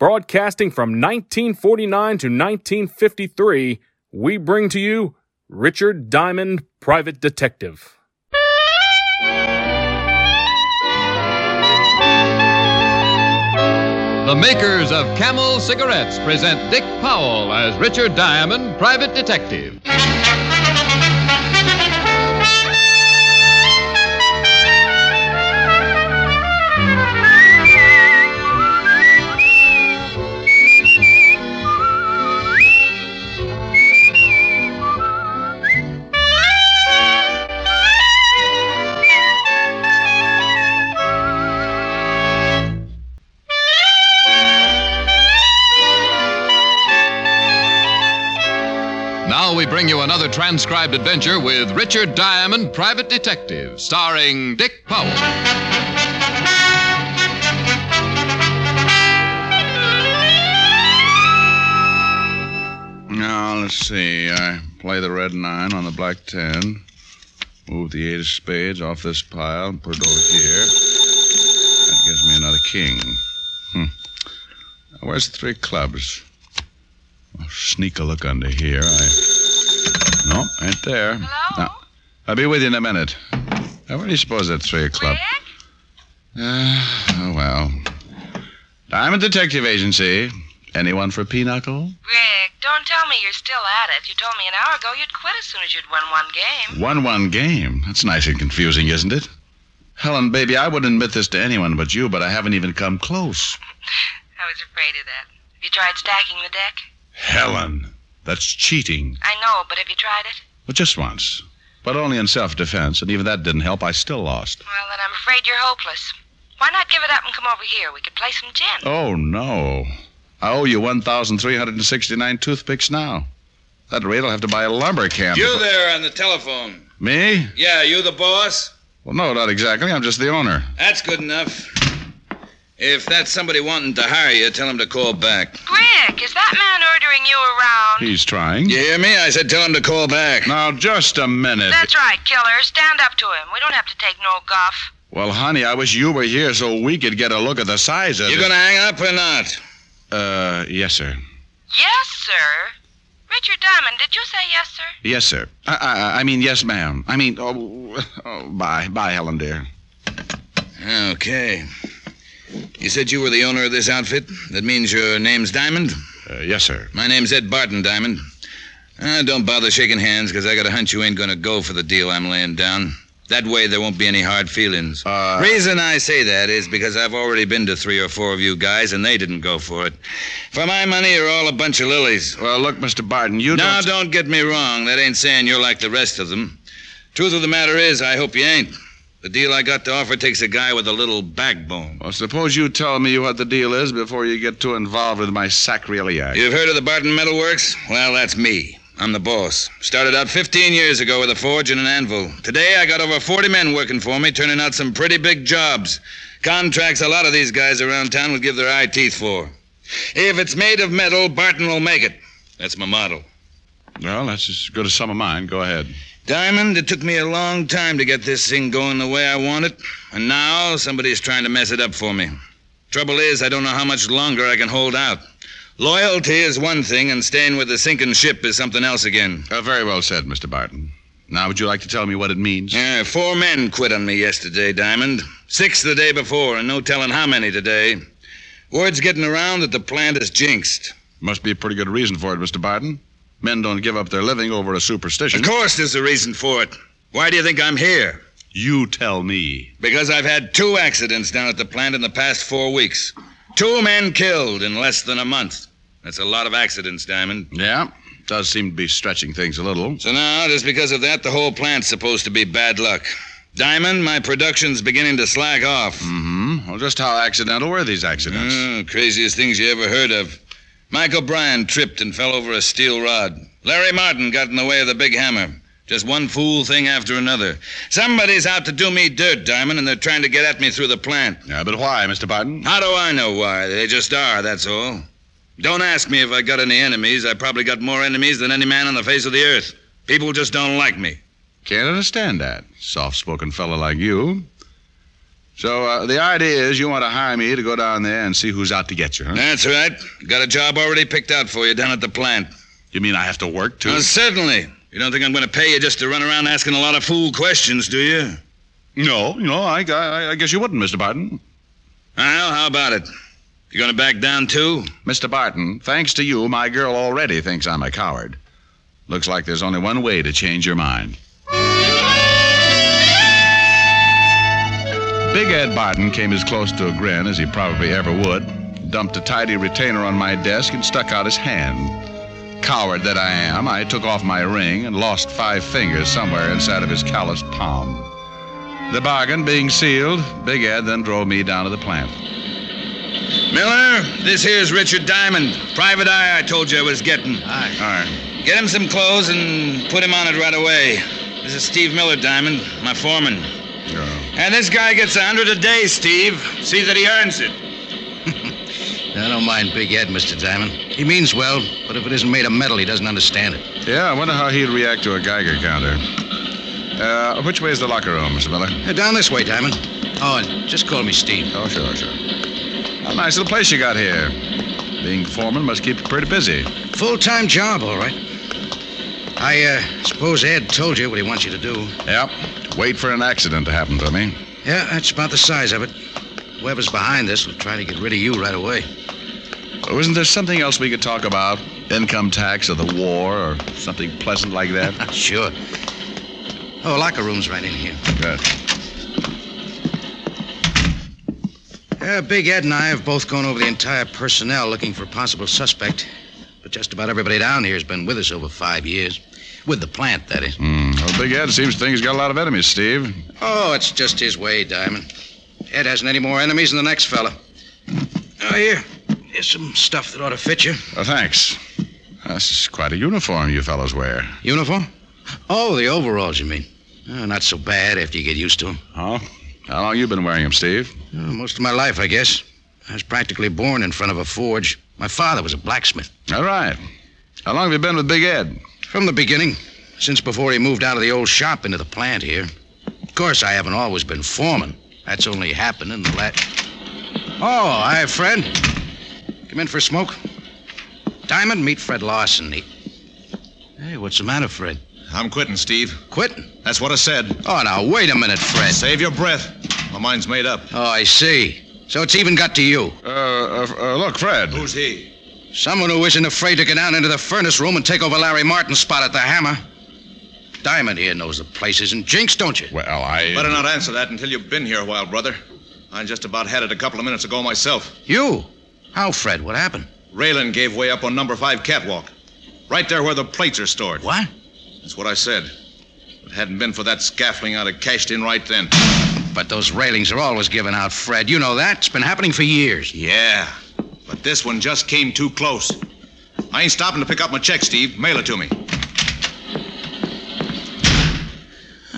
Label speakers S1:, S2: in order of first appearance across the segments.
S1: broadcasting from 1949 to 1953, we bring to you Richard Diamond, Private Detective.
S2: The makers of Camel cigarettes present Dick Powell as Richard Diamond, private detective. Now we bring you another transcribed adventure with Richard Diamond, private detective, starring Dick Powell.
S3: Now, let's see. I play the red nine on the black ten. Move the eight of spades off this pile and put it over here. That gives me another king. Hmm. Now, Where's the three clubs? I'll sneak a look under here. I. No, ain't there. Hello? I'll be with you in a minute. Now, where do you suppose that three of club? Uh, oh, well. Diamond Detective Agency. Anyone for Pinochle?
S4: Rick, don't tell me you're still at it. You told me an hour ago you'd quit as soon as you'd won one game.
S3: 1 1 game. That's nice and confusing, isn't it? Helen, baby, I wouldn't admit this to anyone but you, but I haven't even come close.
S4: I was afraid of that. Have you tried stacking the deck?
S3: Helen, that's cheating.
S4: I know, but have you tried it?
S3: Well, just once. But only in self defense, and even that didn't help. I still lost.
S4: Well, then I'm afraid you're hopeless. Why not give it up and come over here? We could play some gin.
S3: Oh, no. I owe you 1,369 toothpicks now. That rate, I'll have to buy a lumber camp.
S5: You there on the telephone.
S3: Me?
S5: Yeah, you the boss?
S3: Well, no, not exactly. I'm just the owner.
S5: That's good enough. If that's somebody wanting to hire you, tell him to call back.
S4: Rick, is that man ordering you around?
S3: He's trying.
S5: You hear me? I said tell him to call back.
S3: Now, just a minute.
S4: That's right, killer. Stand up to him. We don't have to take no guff.
S3: Well, honey, I wish you were here so we could get a look at the size of
S5: You
S3: it.
S5: gonna hang up or not?
S3: Uh, yes, sir.
S4: Yes, sir. Richard Diamond, did you say yes, sir?
S3: Yes, sir. I, I, I mean, yes, ma'am. I mean, oh, oh, bye. Bye, Helen, dear.
S5: Okay. You said you were the owner of this outfit? That means your name's Diamond?
S3: Uh, yes, sir.
S5: My name's Ed Barton, Diamond. Uh, don't bother shaking hands, because I got a hunch you ain't gonna go for the deal I'm laying down. That way, there won't be any hard feelings.
S3: Uh,
S5: Reason I say that is because I've already been to three or four of you guys, and they didn't go for it. For my money, you're all a bunch of lilies.
S3: Well, look, Mr. Barton, you
S5: Now,
S3: don't...
S5: don't get me wrong. That ain't saying you're like the rest of them. Truth of the matter is, I hope you ain't. The deal I got to offer takes a guy with a little backbone.
S3: Well, suppose you tell me what the deal is before you get too involved with my sacroiliac.
S5: You've heard of the Barton Metal Works? Well, that's me. I'm the boss. Started out 15 years ago with a forge and an anvil. Today, I got over 40 men working for me, turning out some pretty big jobs. Contracts a lot of these guys around town will give their eye teeth for. If it's made of metal, Barton will make it. That's my motto.
S3: Well, that's as good a sum of mine. Go ahead.
S5: Diamond, it took me a long time to get this thing going the way I want it, and now somebody's trying to mess it up for me. Trouble is, I don't know how much longer I can hold out. Loyalty is one thing, and staying with a sinking ship is something else again.
S3: Uh, very well said, Mr. Barton. Now, would you like to tell me what it means?
S5: Yeah, four men quit on me yesterday, Diamond. Six the day before, and no telling how many today. Word's getting around that the plant is jinxed.
S3: Must be a pretty good reason for it, Mr. Barton. Men don't give up their living over a superstition.
S5: Of course, there's a reason for it. Why do you think I'm here?
S3: You tell me.
S5: Because I've had two accidents down at the plant in the past four weeks. Two men killed in less than a month. That's a lot of accidents, Diamond.
S3: Yeah, does seem to be stretching things a little.
S5: So now, just because of that, the whole plant's supposed to be bad luck. Diamond, my production's beginning to slack off.
S3: Mm-hmm. Well, just how accidental were these accidents?
S5: Oh, craziest things you ever heard of. Michael Bryan tripped and fell over a steel rod. Larry Martin got in the way of the big hammer. Just one fool thing after another. Somebody's out to do me dirt, Diamond, and they're trying to get at me through the plant.
S3: Yeah, but why, Mr. Barton?
S5: How do I know why? They just are, that's all. Don't ask me if I got any enemies. I probably got more enemies than any man on the face of the earth. People just don't like me.
S3: Can't understand that. Soft spoken fellow like you. So, uh, the idea is you want to hire me to go down there and see who's out to get you, huh?
S5: That's right. Got a job already picked out for you down at the plant.
S3: You mean I have to work, too?
S5: Oh, certainly. You don't think I'm going to pay you just to run around asking a lot of fool questions, do you?
S3: No, no, I, I, I guess you wouldn't, Mr. Barton.
S5: Well, how about it? You going to back down, too?
S3: Mr. Barton, thanks to you, my girl already thinks I'm a coward. Looks like there's only one way to change your mind. Big Ed Barton came as close to a grin as he probably ever would, dumped a tidy retainer on my desk, and stuck out his hand. Coward that I am, I took off my ring and lost five fingers somewhere inside of his calloused palm. The bargain being sealed, Big Ed then drove me down to the plant.
S5: Miller, this here's Richard Diamond, private eye I told you I was getting.
S3: All right.
S5: Get him some clothes and put him on it right away. This is Steve Miller, Diamond, my foreman. And this guy gets a hundred a day, Steve. See that he earns it.
S6: I don't mind Big Ed, Mr. Diamond. He means well, but if it isn't made of metal, he doesn't understand it.
S3: Yeah, I wonder how he'd react to a Geiger counter. Uh, which way is the locker room, Mr. Miller?
S6: Hey, down this way, Diamond. Oh, and just call me Steve.
S3: Oh, sure, sure. How nice little place you got here. Being foreman must keep you pretty busy.
S6: Full time job, all right. I uh, suppose Ed told you what he wants you to do.
S3: Yep. Wait for an accident to happen to me.
S6: Yeah, that's about the size of it. Whoever's behind this will try to get rid of you right away.
S3: Oh, isn't there something else we could talk about? Income tax or the war or something pleasant like that?
S6: Sure. Oh, locker room's right in here.
S3: Good.
S6: Uh, Big Ed and I have both gone over the entire personnel looking for a possible suspect. But just about everybody down here has been with us over five years. With the plant, that is.
S3: Hmm, Well, Big Ed seems to think he's got a lot of enemies, Steve.
S6: Oh, it's just his way, Diamond. Ed hasn't any more enemies than the next fella. Oh, here. Here's some stuff that ought to fit you.
S3: Uh, thanks. This is quite a uniform you fellows wear.
S6: Uniform? Oh, the overalls, you mean. Oh, not so bad after you get used to them.
S3: Huh? How long you been wearing them, Steve?
S6: Oh, most of my life, I guess. I was practically born in front of a forge. My father was a blacksmith.
S3: All right. How long have you been with Big Ed?
S6: From the beginning, since before he moved out of the old shop into the plant here. Of course, I haven't always been foreman. That's only happened in the last. Oh, hi, Fred. Come in for a smoke. Diamond, meet Fred Larson. He... Hey, what's the matter, Fred?
S7: I'm quitting, Steve.
S6: Quitting?
S7: That's what I said.
S6: Oh, now, wait a minute, Fred.
S7: Save your breath. My mind's made up.
S6: Oh, I see. So it's even got to you.
S3: Uh, uh, uh, look, Fred.
S7: Who's he?
S6: Someone who isn't afraid to get down into the furnace room and take over Larry Martin's spot at the hammer. Diamond here knows the places and jinx, don't you?
S3: Well, I.
S7: Better not answer that until you've been here a while, brother. I just about had it a couple of minutes ago myself.
S6: You? How, Fred? What happened?
S7: Raylan gave way up on number five catwalk. Right there where the plates are stored.
S6: What?
S7: That's what I said. If it hadn't been for that scaffolding, I'd have cashed in right then.
S6: But those railings are always given out, Fred. You know that. It's been happening for years.
S7: Yeah. But this one just came too close. I ain't stopping to pick up my check, Steve. Mail it to me.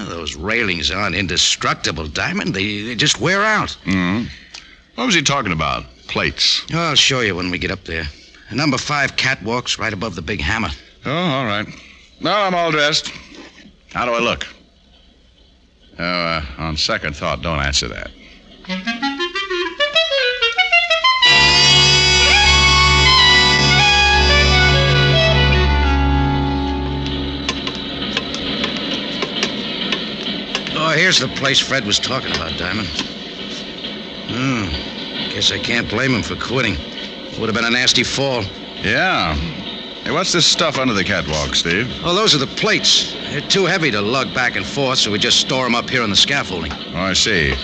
S6: Oh, those railings aren't indestructible, Diamond. They, they just wear out.
S3: What was he talking about? Plates.
S6: Oh, I'll show you when we get up there. Number five catwalk's right above the big hammer.
S3: Oh, all right. Now I'm all dressed. How do I look? Oh, uh, on second thought, don't answer that.
S6: Oh, here's the place Fred was talking about, Diamond. Hmm. Guess I can't blame him for quitting. Would have been a nasty fall.
S3: Yeah. Hey, what's this stuff under the catwalk, Steve?
S6: Oh, those are the plates. They're too heavy to lug back and forth, so we just store them up here on the scaffolding.
S3: Oh, I see.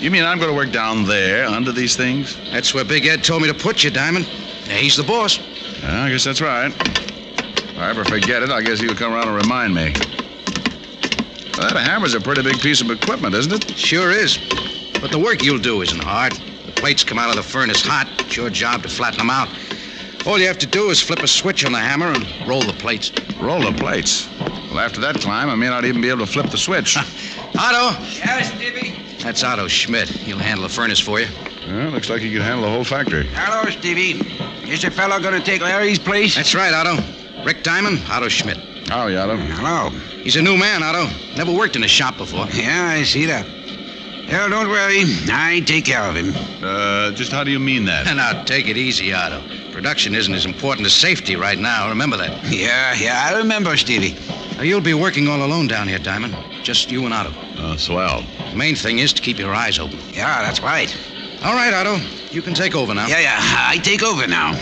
S3: You mean I'm going to work down there under these things?
S6: That's where Big Ed told me to put you, Diamond. Yeah, he's the boss.
S3: Yeah, I guess that's right. If I ever forget it, I guess he'll come around and remind me. Well, that hammer's a pretty big piece of equipment, isn't it?
S6: Sure is. But the work you'll do isn't hard. The plates come out of the furnace hot. It's your job to flatten them out. All you have to do is flip a switch on the hammer and roll the plates.
S3: Roll the plates. Well, after that climb, I may not even be able to flip the switch.
S6: Otto!
S8: Yes, Stevie.
S6: That's Otto Schmidt. He'll handle the furnace for you.
S3: Well, looks like he could handle the whole factory.
S8: Hello, Stevie. Is the fellow going to take Larry's place?
S6: That's right, Otto. Rick Diamond, Otto Schmidt.
S3: How, Yaddo?
S8: Hello.
S6: He's a new man, Otto. Never worked in a shop before.
S8: Yeah, I see that. Well, don't worry. I take care of him.
S3: Uh, just how do you mean that?
S6: Now, take it easy, Otto. Production isn't as important as safety right now. Remember that.
S8: Yeah, yeah, I remember, Stevie.
S6: Now, you'll be working all alone down here, Diamond. Just you and Otto.
S3: Uh, swell.
S6: The main thing is to keep your eyes open.
S8: Yeah, that's right.
S6: All right, Otto. You can take over now.
S8: Yeah, yeah, I take over now.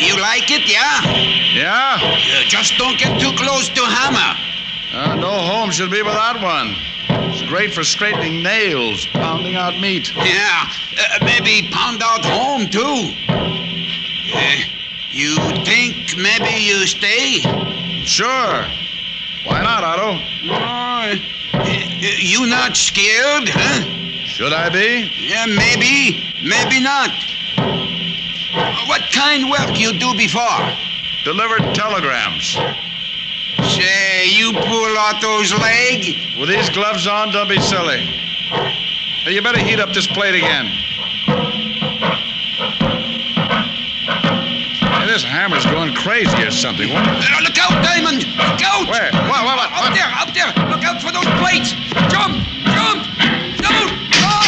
S8: You like it, yeah?
S3: Yeah?
S8: Uh, just don't get too close to hammer.
S3: Uh, no home should be without one. It's great for straightening nails, pounding out meat.
S8: Yeah, uh, maybe pound out home too. Uh, you think maybe you stay?
S3: Sure. Why not, Otto?
S8: Uh, you not scared, huh?
S3: Should I be?
S8: Yeah, maybe, maybe not. What kind work you do before?
S3: Delivered telegrams.
S8: Say, you pull Otto's leg?
S3: With these gloves on, don't be silly. Hey, you better heat up this plate again. Hey, this hammer's going crazy or something. What?
S8: Uh, look out, Diamond! Look out!
S3: Where? What, what, what,
S8: Out
S3: what?
S8: there, out there! Look out for those plates! Jump! Jump! Don't! Ah!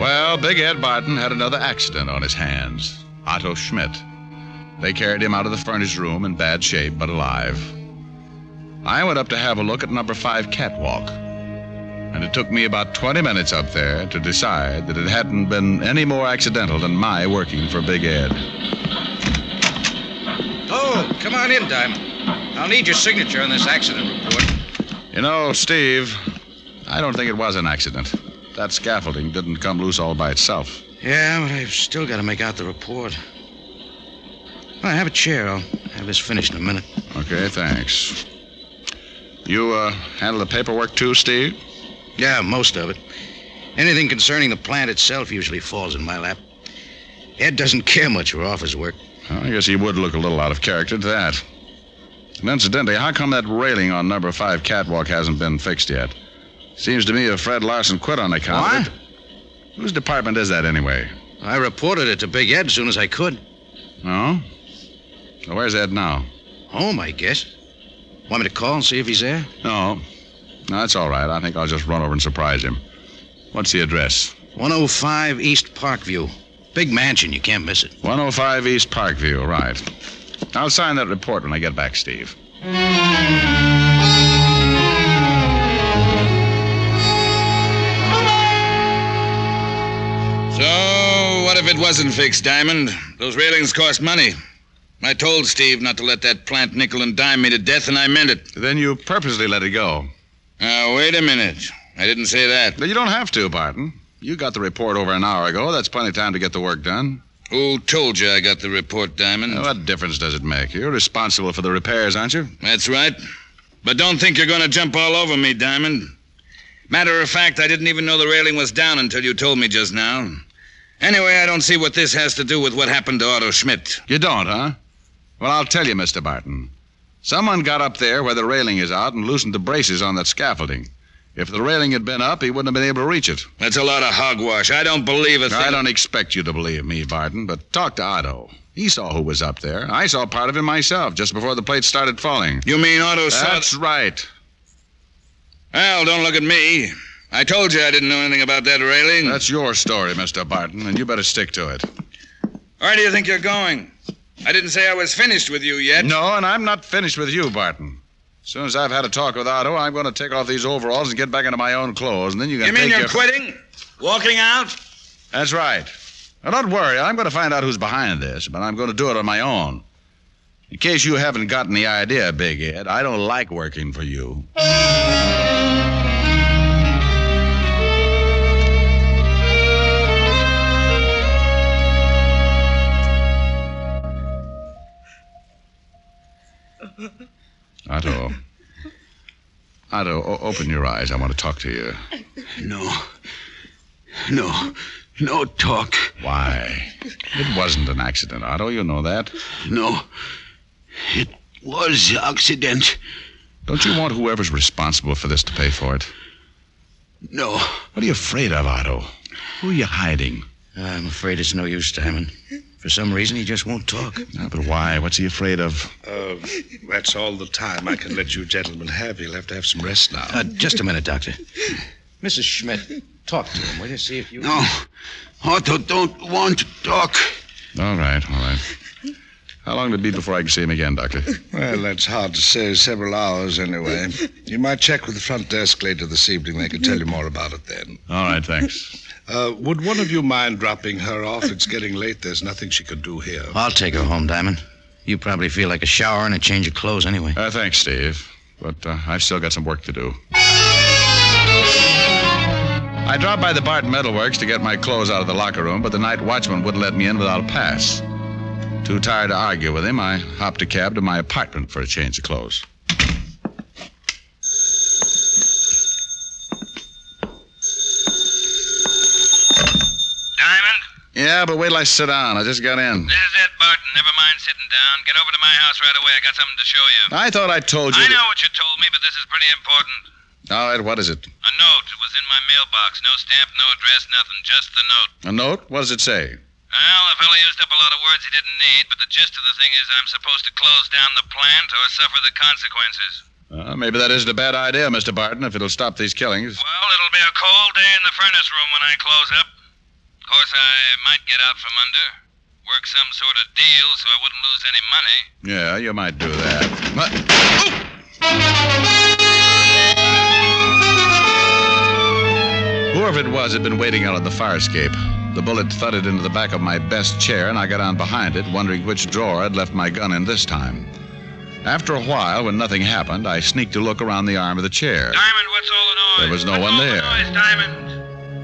S3: Well, Big Ed Barton had another accident on his hands. Otto Schmidt. They carried him out of the furnished room in bad shape, but alive. I went up to have a look at number five catwalk. And it took me about 20 minutes up there to decide that it hadn't been any more accidental than my working for Big Ed.
S6: Oh, come on in, Diamond. I'll need your signature on this accident report.
S3: You know, Steve, I don't think it was an accident. That scaffolding didn't come loose all by itself.
S6: Yeah, but I've still got to make out the report. I have a chair. I'll have this finished in a minute.
S3: Okay, thanks. You, uh, handle the paperwork too, Steve?
S6: Yeah, most of it. Anything concerning the plant itself usually falls in my lap. Ed doesn't care much for office work.
S3: Well, I guess he would look a little out of character to that. And incidentally, how come that railing on number five catwalk hasn't been fixed yet? Seems to me if Fred Larson quit on account of it. Whose department is that anyway?
S6: I reported it to Big Ed as soon as I could.
S3: No? Well, where's Ed now?
S6: Home, I guess. Want me to call and see if he's there?
S3: No. No, that's all right. I think I'll just run over and surprise him. What's the address?
S6: 105 East Parkview. Big mansion. You can't miss it.
S3: 105 East Parkview, right. I'll sign that report when I get back, Steve.
S5: So, what if it wasn't fixed, Diamond? Those railings cost money. I told Steve not to let that plant nickel and dime me to death, and I meant it.
S3: Then you purposely let it go.
S5: Now, wait a minute. I didn't say that.
S3: But you don't have to, Barton. You got the report over an hour ago. That's plenty of time to get the work done.
S5: Who told you I got the report, Diamond?
S3: Now, what difference does it make? You're responsible for the repairs, aren't you?
S5: That's right. But don't think you're going to jump all over me, Diamond. Matter of fact, I didn't even know the railing was down until you told me just now. Anyway, I don't see what this has to do with what happened to Otto Schmidt.
S3: You don't, huh? Well, I'll tell you, Mr. Barton. Someone got up there where the railing is out and loosened the braces on that scaffolding. If the railing had been up, he wouldn't have been able to reach it.
S5: That's a lot of hogwash. I don't believe a thing.
S3: I don't expect you to believe me, Barton, but talk to Otto. He saw who was up there. I saw part of him myself just before the plates started falling.
S5: You mean Otto saw...
S3: That's right.
S5: Well, don't look at me. I told you I didn't know anything about that railing.
S3: That's your story, Mr. Barton, and you better stick to it.
S5: Where do you think you're going? I didn't say I was finished with you yet.
S3: No, and I'm not finished with you, Barton. As soon as I've had a talk with Otto, I'm going to take off these overalls and get back into my own clothes, and then you can
S5: You mean
S3: take
S5: you're
S3: your...
S5: quitting? Walking out?
S3: That's right. Now, don't worry. I'm going to find out who's behind this, but I'm going to do it on my own. In case you haven't gotten the idea, Big Ed, I don't like working for you. Otto. Otto, o- open your eyes. I want to talk to you.
S8: No. No. No talk.
S3: Why? It wasn't an accident, Otto. You know that.
S8: No. It was accident.
S3: Don't you want whoever's responsible for this to pay for it?
S8: No.
S3: What are you afraid of, Otto? Who are you hiding?
S6: I'm afraid it's no use, Diamond. For some reason, he just won't talk.
S3: Ah, but why? What's he afraid of?
S9: Oh, that's all the time I can let you gentlemen have. You'll have to have some rest now.
S6: Uh, just a minute, Doctor. Mrs. Schmidt, talk to him, will you? See if you.
S8: No. Otto don't want to talk.
S3: All right, all right. How long did it be before I can see him again, Doctor?
S9: Well, that's hard to say. Several hours, anyway. You might check with the front desk later this evening. They can tell you more about it then.
S3: All right, thanks.
S9: Uh, would one of you mind dropping her off? It's getting late. There's nothing she could do here.
S6: I'll take her home, Diamond. You probably feel like a shower and a change of clothes anyway.
S3: Uh, thanks, Steve. But uh, I've still got some work to do. I dropped by the Barton Metalworks to get my clothes out of the locker room, but the night watchman wouldn't let me in without a pass. Too tired to argue with him, I hopped a cab to my apartment for a change of clothes.
S5: Diamond?
S3: Yeah, but wait till I sit down. I just got in.
S5: This is it, Barton. Never mind sitting down. Get over to my house right away. I got something to show you.
S3: I thought I told you.
S5: I know what you told me, but this is pretty important.
S3: that- All right, what is it?
S5: A note. It was in my mailbox. No stamp, no address, nothing. Just the note.
S3: A note? What does it say?
S5: Well, the fella used up a lot of words he didn't need, but the gist of the thing is I'm supposed to close down the plant or suffer the consequences.
S3: Uh, maybe that isn't a bad idea, Mr. Barton, if it'll stop these killings.
S5: Well, it'll be a cold day in the furnace room when I close up. Of course, I might get out from under. Work some sort of deal so I wouldn't lose any money.
S3: Yeah, you might do that. But- Whoever it was had been waiting out on the fire escape. The bullet thudded into the back of my best chair, and I got on behind it, wondering which drawer I'd left my gun in this time. After a while, when nothing happened, I sneaked a look around the arm of the chair.
S5: Diamond, what's all the noise?
S3: There was no
S5: what's
S3: one
S5: all
S3: there.
S5: The noise, Diamond.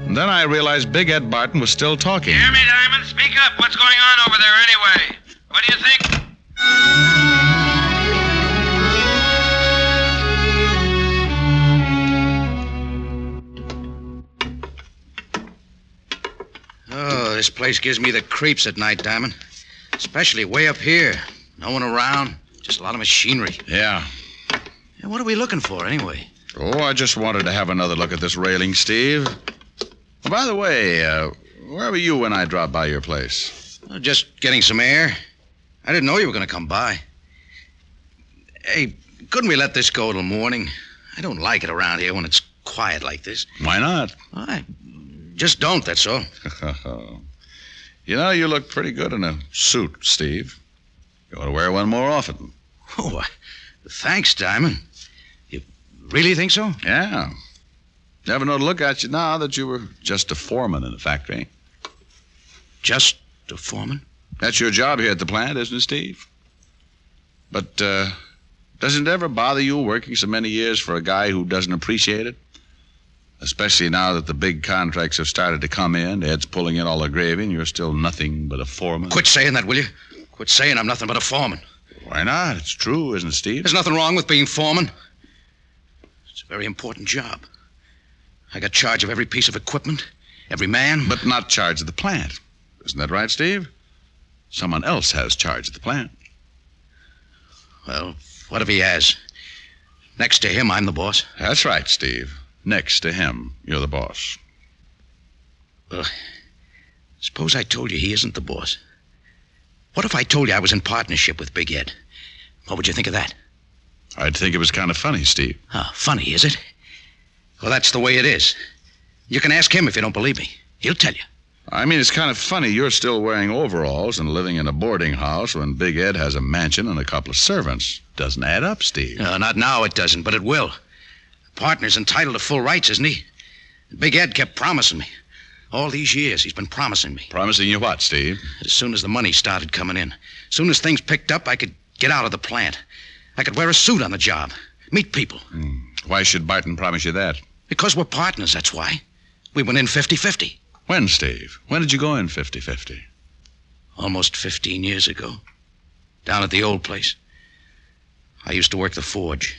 S3: And then I realized Big Ed Barton was still talking.
S5: Hear me, Diamond. Speak up. What's going on over there anyway? What do you think?
S6: Oh, this place gives me the creeps at night, Diamond. Especially way up here. No one around, just a lot of machinery.
S3: Yeah.
S6: Hey, What are we looking for, anyway?
S3: Oh, I just wanted to have another look at this railing, Steve. Oh, by the way, uh, where were you when I dropped by your place?
S6: Well, Oh, Just getting some air. I didn't know you were going to come by. Hey, couldn't we let this go till morning? I don't like it around here when it's quiet like this.
S3: Why not?
S6: I just don't, that's all.
S3: you know, you look pretty good in a suit, Steve. You ought to wear one more often.
S6: Oh, I- thanks, Diamond. You really think so?
S3: Yeah. Never know to look at you now that you were just a foreman in the factory.
S6: Just a foreman?
S3: That's your job here at the plant, isn't it, Steve? But uh, doesn't it ever bother you working so many years for a guy who doesn't appreciate it? Especially now that the big contracts have started to come in, Ed's pulling in all the gravy, and you're still nothing but a foreman.
S6: Quit saying that, will you? Quit saying I'm nothing but a foreman.
S3: Why not? It's true, isn't it, Steve?
S6: There's nothing wrong with being foreman. It's a very important job. I got charge of every piece of equipment, every man.
S3: But not charge of the plant. Isn't that right, Steve? Someone else has charge of the plant.
S6: Well, what if he has? Next to him, I'm the boss.
S3: That's right, Steve. Next to him, you're the boss.
S6: Suppose I told you he isn't the boss. What if I told you I was in partnership with Big Ed? What would you think of that?
S3: I'd think it was kind of funny, Steve.
S6: Huh, funny, is it? Well, that's the way it is. You can ask him if you don't believe me. He'll tell you.
S3: I mean, it's kind of funny you're still wearing overalls and living in a boarding house when Big Ed has a mansion and a couple of servants. Doesn't add up, Steve.
S6: No, not now it doesn't, but it will. The partner's entitled to full rights, isn't he? Big Ed kept promising me. All these years, he's been promising me.
S3: Promising you what, Steve?
S6: As soon as the money started coming in, as soon as things picked up, I could get out of the plant. I could wear a suit on the job, meet people.
S3: Why should Barton promise you that?
S6: Because we're partners, that's why. We went in 50 50,
S3: When, Steve? When did you go in 50 50?
S6: almost 15 years ago, down at the old place. I used to work the forge.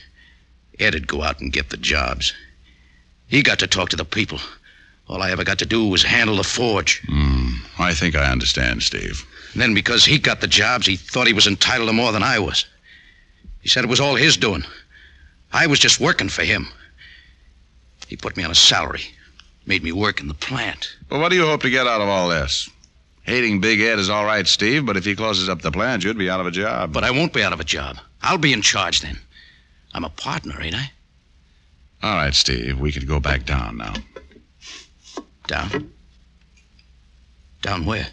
S6: Ed'd go out and get the jobs. He got to talk to the people. All I ever got to do was handle the forge.
S3: I think I understand, Steve.
S6: And then, because he got the jobs, he thought he was entitled to more than I was. He said it was all his doing. I was just working for him. He put me on a salary, made me work in the plant.
S3: Well, what do you hope to get out of all this? Hating Big Ed is all right, Steve, but if he closes up the plant, you'd be out of a job.
S6: But I won't be out of a job. I'll be in charge then. I'm a partner, ain't I?
S3: All right, Steve, we could go back down now.
S6: Down? Down where?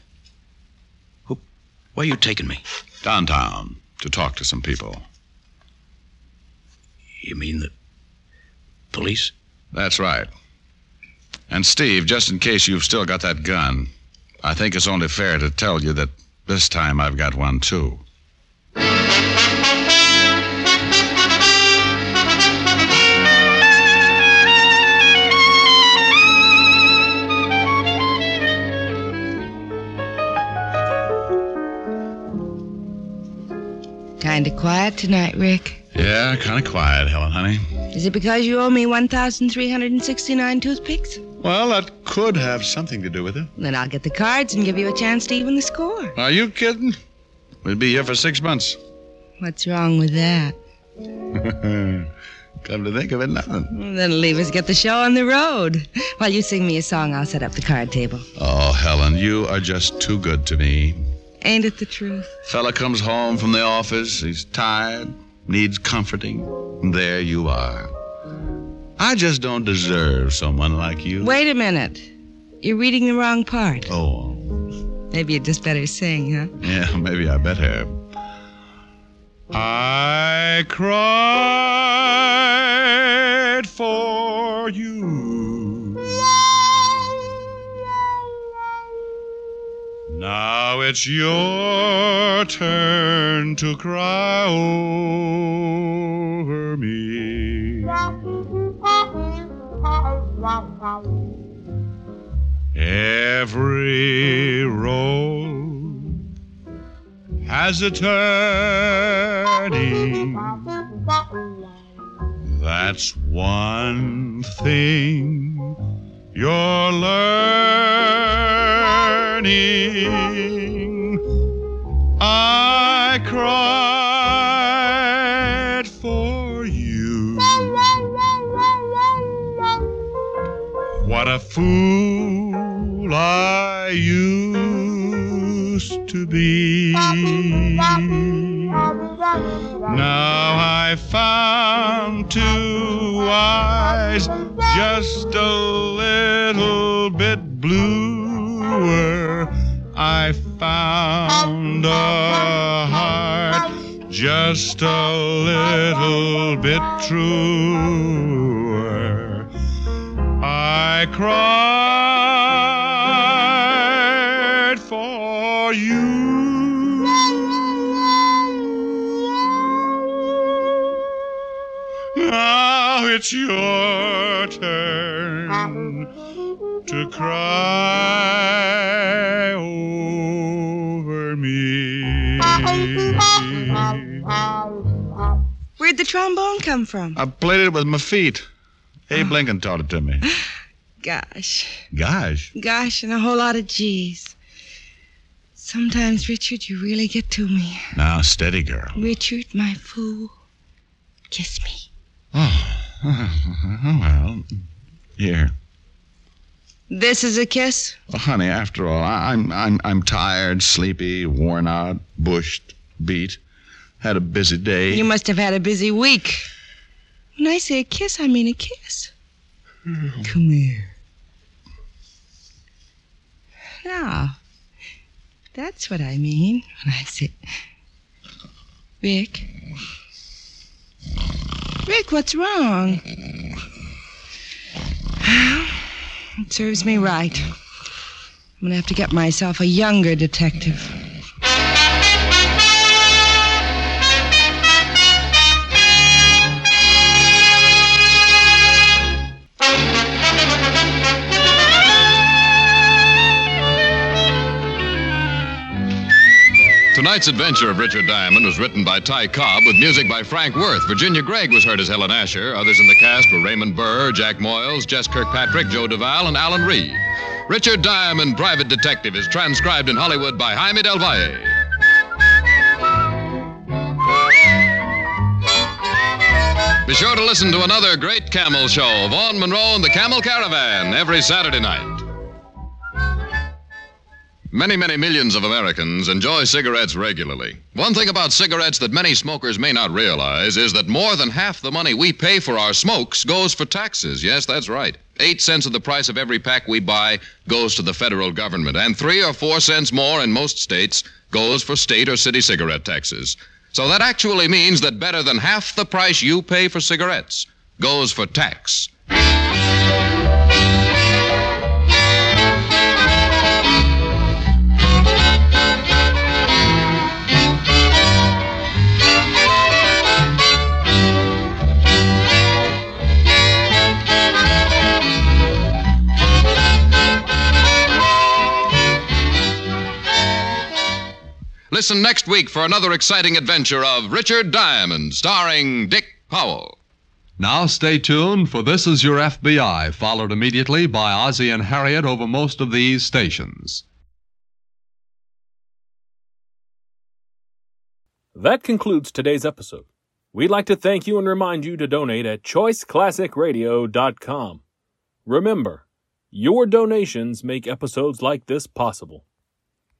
S6: Who, where you taking me?
S3: Downtown to talk to some people.
S6: You mean the police?
S3: That's right. And, Steve, just in case you've still got that gun, I think it's only fair to tell you that this time I've got one, too.
S10: Kinda quiet tonight, Rick.
S3: Yeah, kind of quiet, Helen, honey.
S10: Is it because you owe me 1,369 toothpicks?
S3: Well, that could have something to do with it.
S10: Then I'll get the cards and give you a chance to even the score.
S3: Are you kidding? We'd be here for six months.
S10: What's wrong with that?
S3: Uh, Come to think of it, nothing.
S10: Then leave us get the show on the road. While you sing me a song, I'll set up the card table.
S3: Oh, Helen, you are just too good to me.
S10: Ain't it the truth?
S3: Fella comes home from the office, he's tired, needs comforting. and There you are. I just don't deserve someone like you.
S10: Wait a minute. You're reading the wrong part.
S3: Oh,
S10: Maybe you'd just better sing, huh?
S3: yeah, maybe I better. I cried for you. Now it's your turn to cry over me. Every road has a turning. That's one thing you're learning. I cried for you. What a fool I used to be. Now I found two eyes just a little bit bluer. I found a heart just a little bit truer. I cried for you. Now it's your turn to cry over me.
S10: Where'd the trombone come from?
S3: I played it with my feet. Abe Lincoln taught it to me.
S10: Gosh.
S3: Gosh.
S10: Gosh, and a whole lot of G's. Sometimes, Richard, you really get to me.
S3: Now, steady, girl.
S10: Richard, my fool. Kiss me.
S3: Oh, well. Here.
S10: This is a kiss?
S3: Well, honey, after all, I, I'm, I'm, I'm tired, sleepy, worn out, bushed, beat. Had a busy day.
S10: You must have had a busy week. When I say a kiss, I mean a kiss. Come here. Now, Ah, that's what I mean when I say. Rick. Rick, what's wrong? Well, it serves me right. I'm going to have to get myself a younger detective.
S3: Tonight's adventure of Richard Diamond was written by Ty Cobb with music by Frank Worth. Virginia Gregg was heard as Helen Asher. Others in the cast were Raymond Burr, Jack Moyles, Jess Kirkpatrick, Joe Duval, and Alan Reed. Richard Diamond, Private Detective, is transcribed in Hollywood by Jaime Del Valle. Be sure to listen to another great camel show, Vaughn Monroe and the Camel Caravan, every Saturday night. Many, many millions of Americans enjoy cigarettes regularly. One thing about cigarettes that many smokers may not realize is that more than half the money we pay for our smokes goes for taxes. Yes, that's right. Eight cents of the price of every pack we buy goes to the federal government, and three or four cents more in most states goes for state or city cigarette taxes. So that actually means that better than half the price you pay for cigarettes goes for tax. Listen next week for another exciting adventure of Richard Diamond, starring Dick Powell.
S11: Now stay tuned for This Is Your FBI, followed immediately by Ozzie and Harriet over most of these stations.
S1: That concludes today's episode. We'd like to thank you and remind you to donate at choiceclassicradio.com. Remember, your donations make episodes like this possible.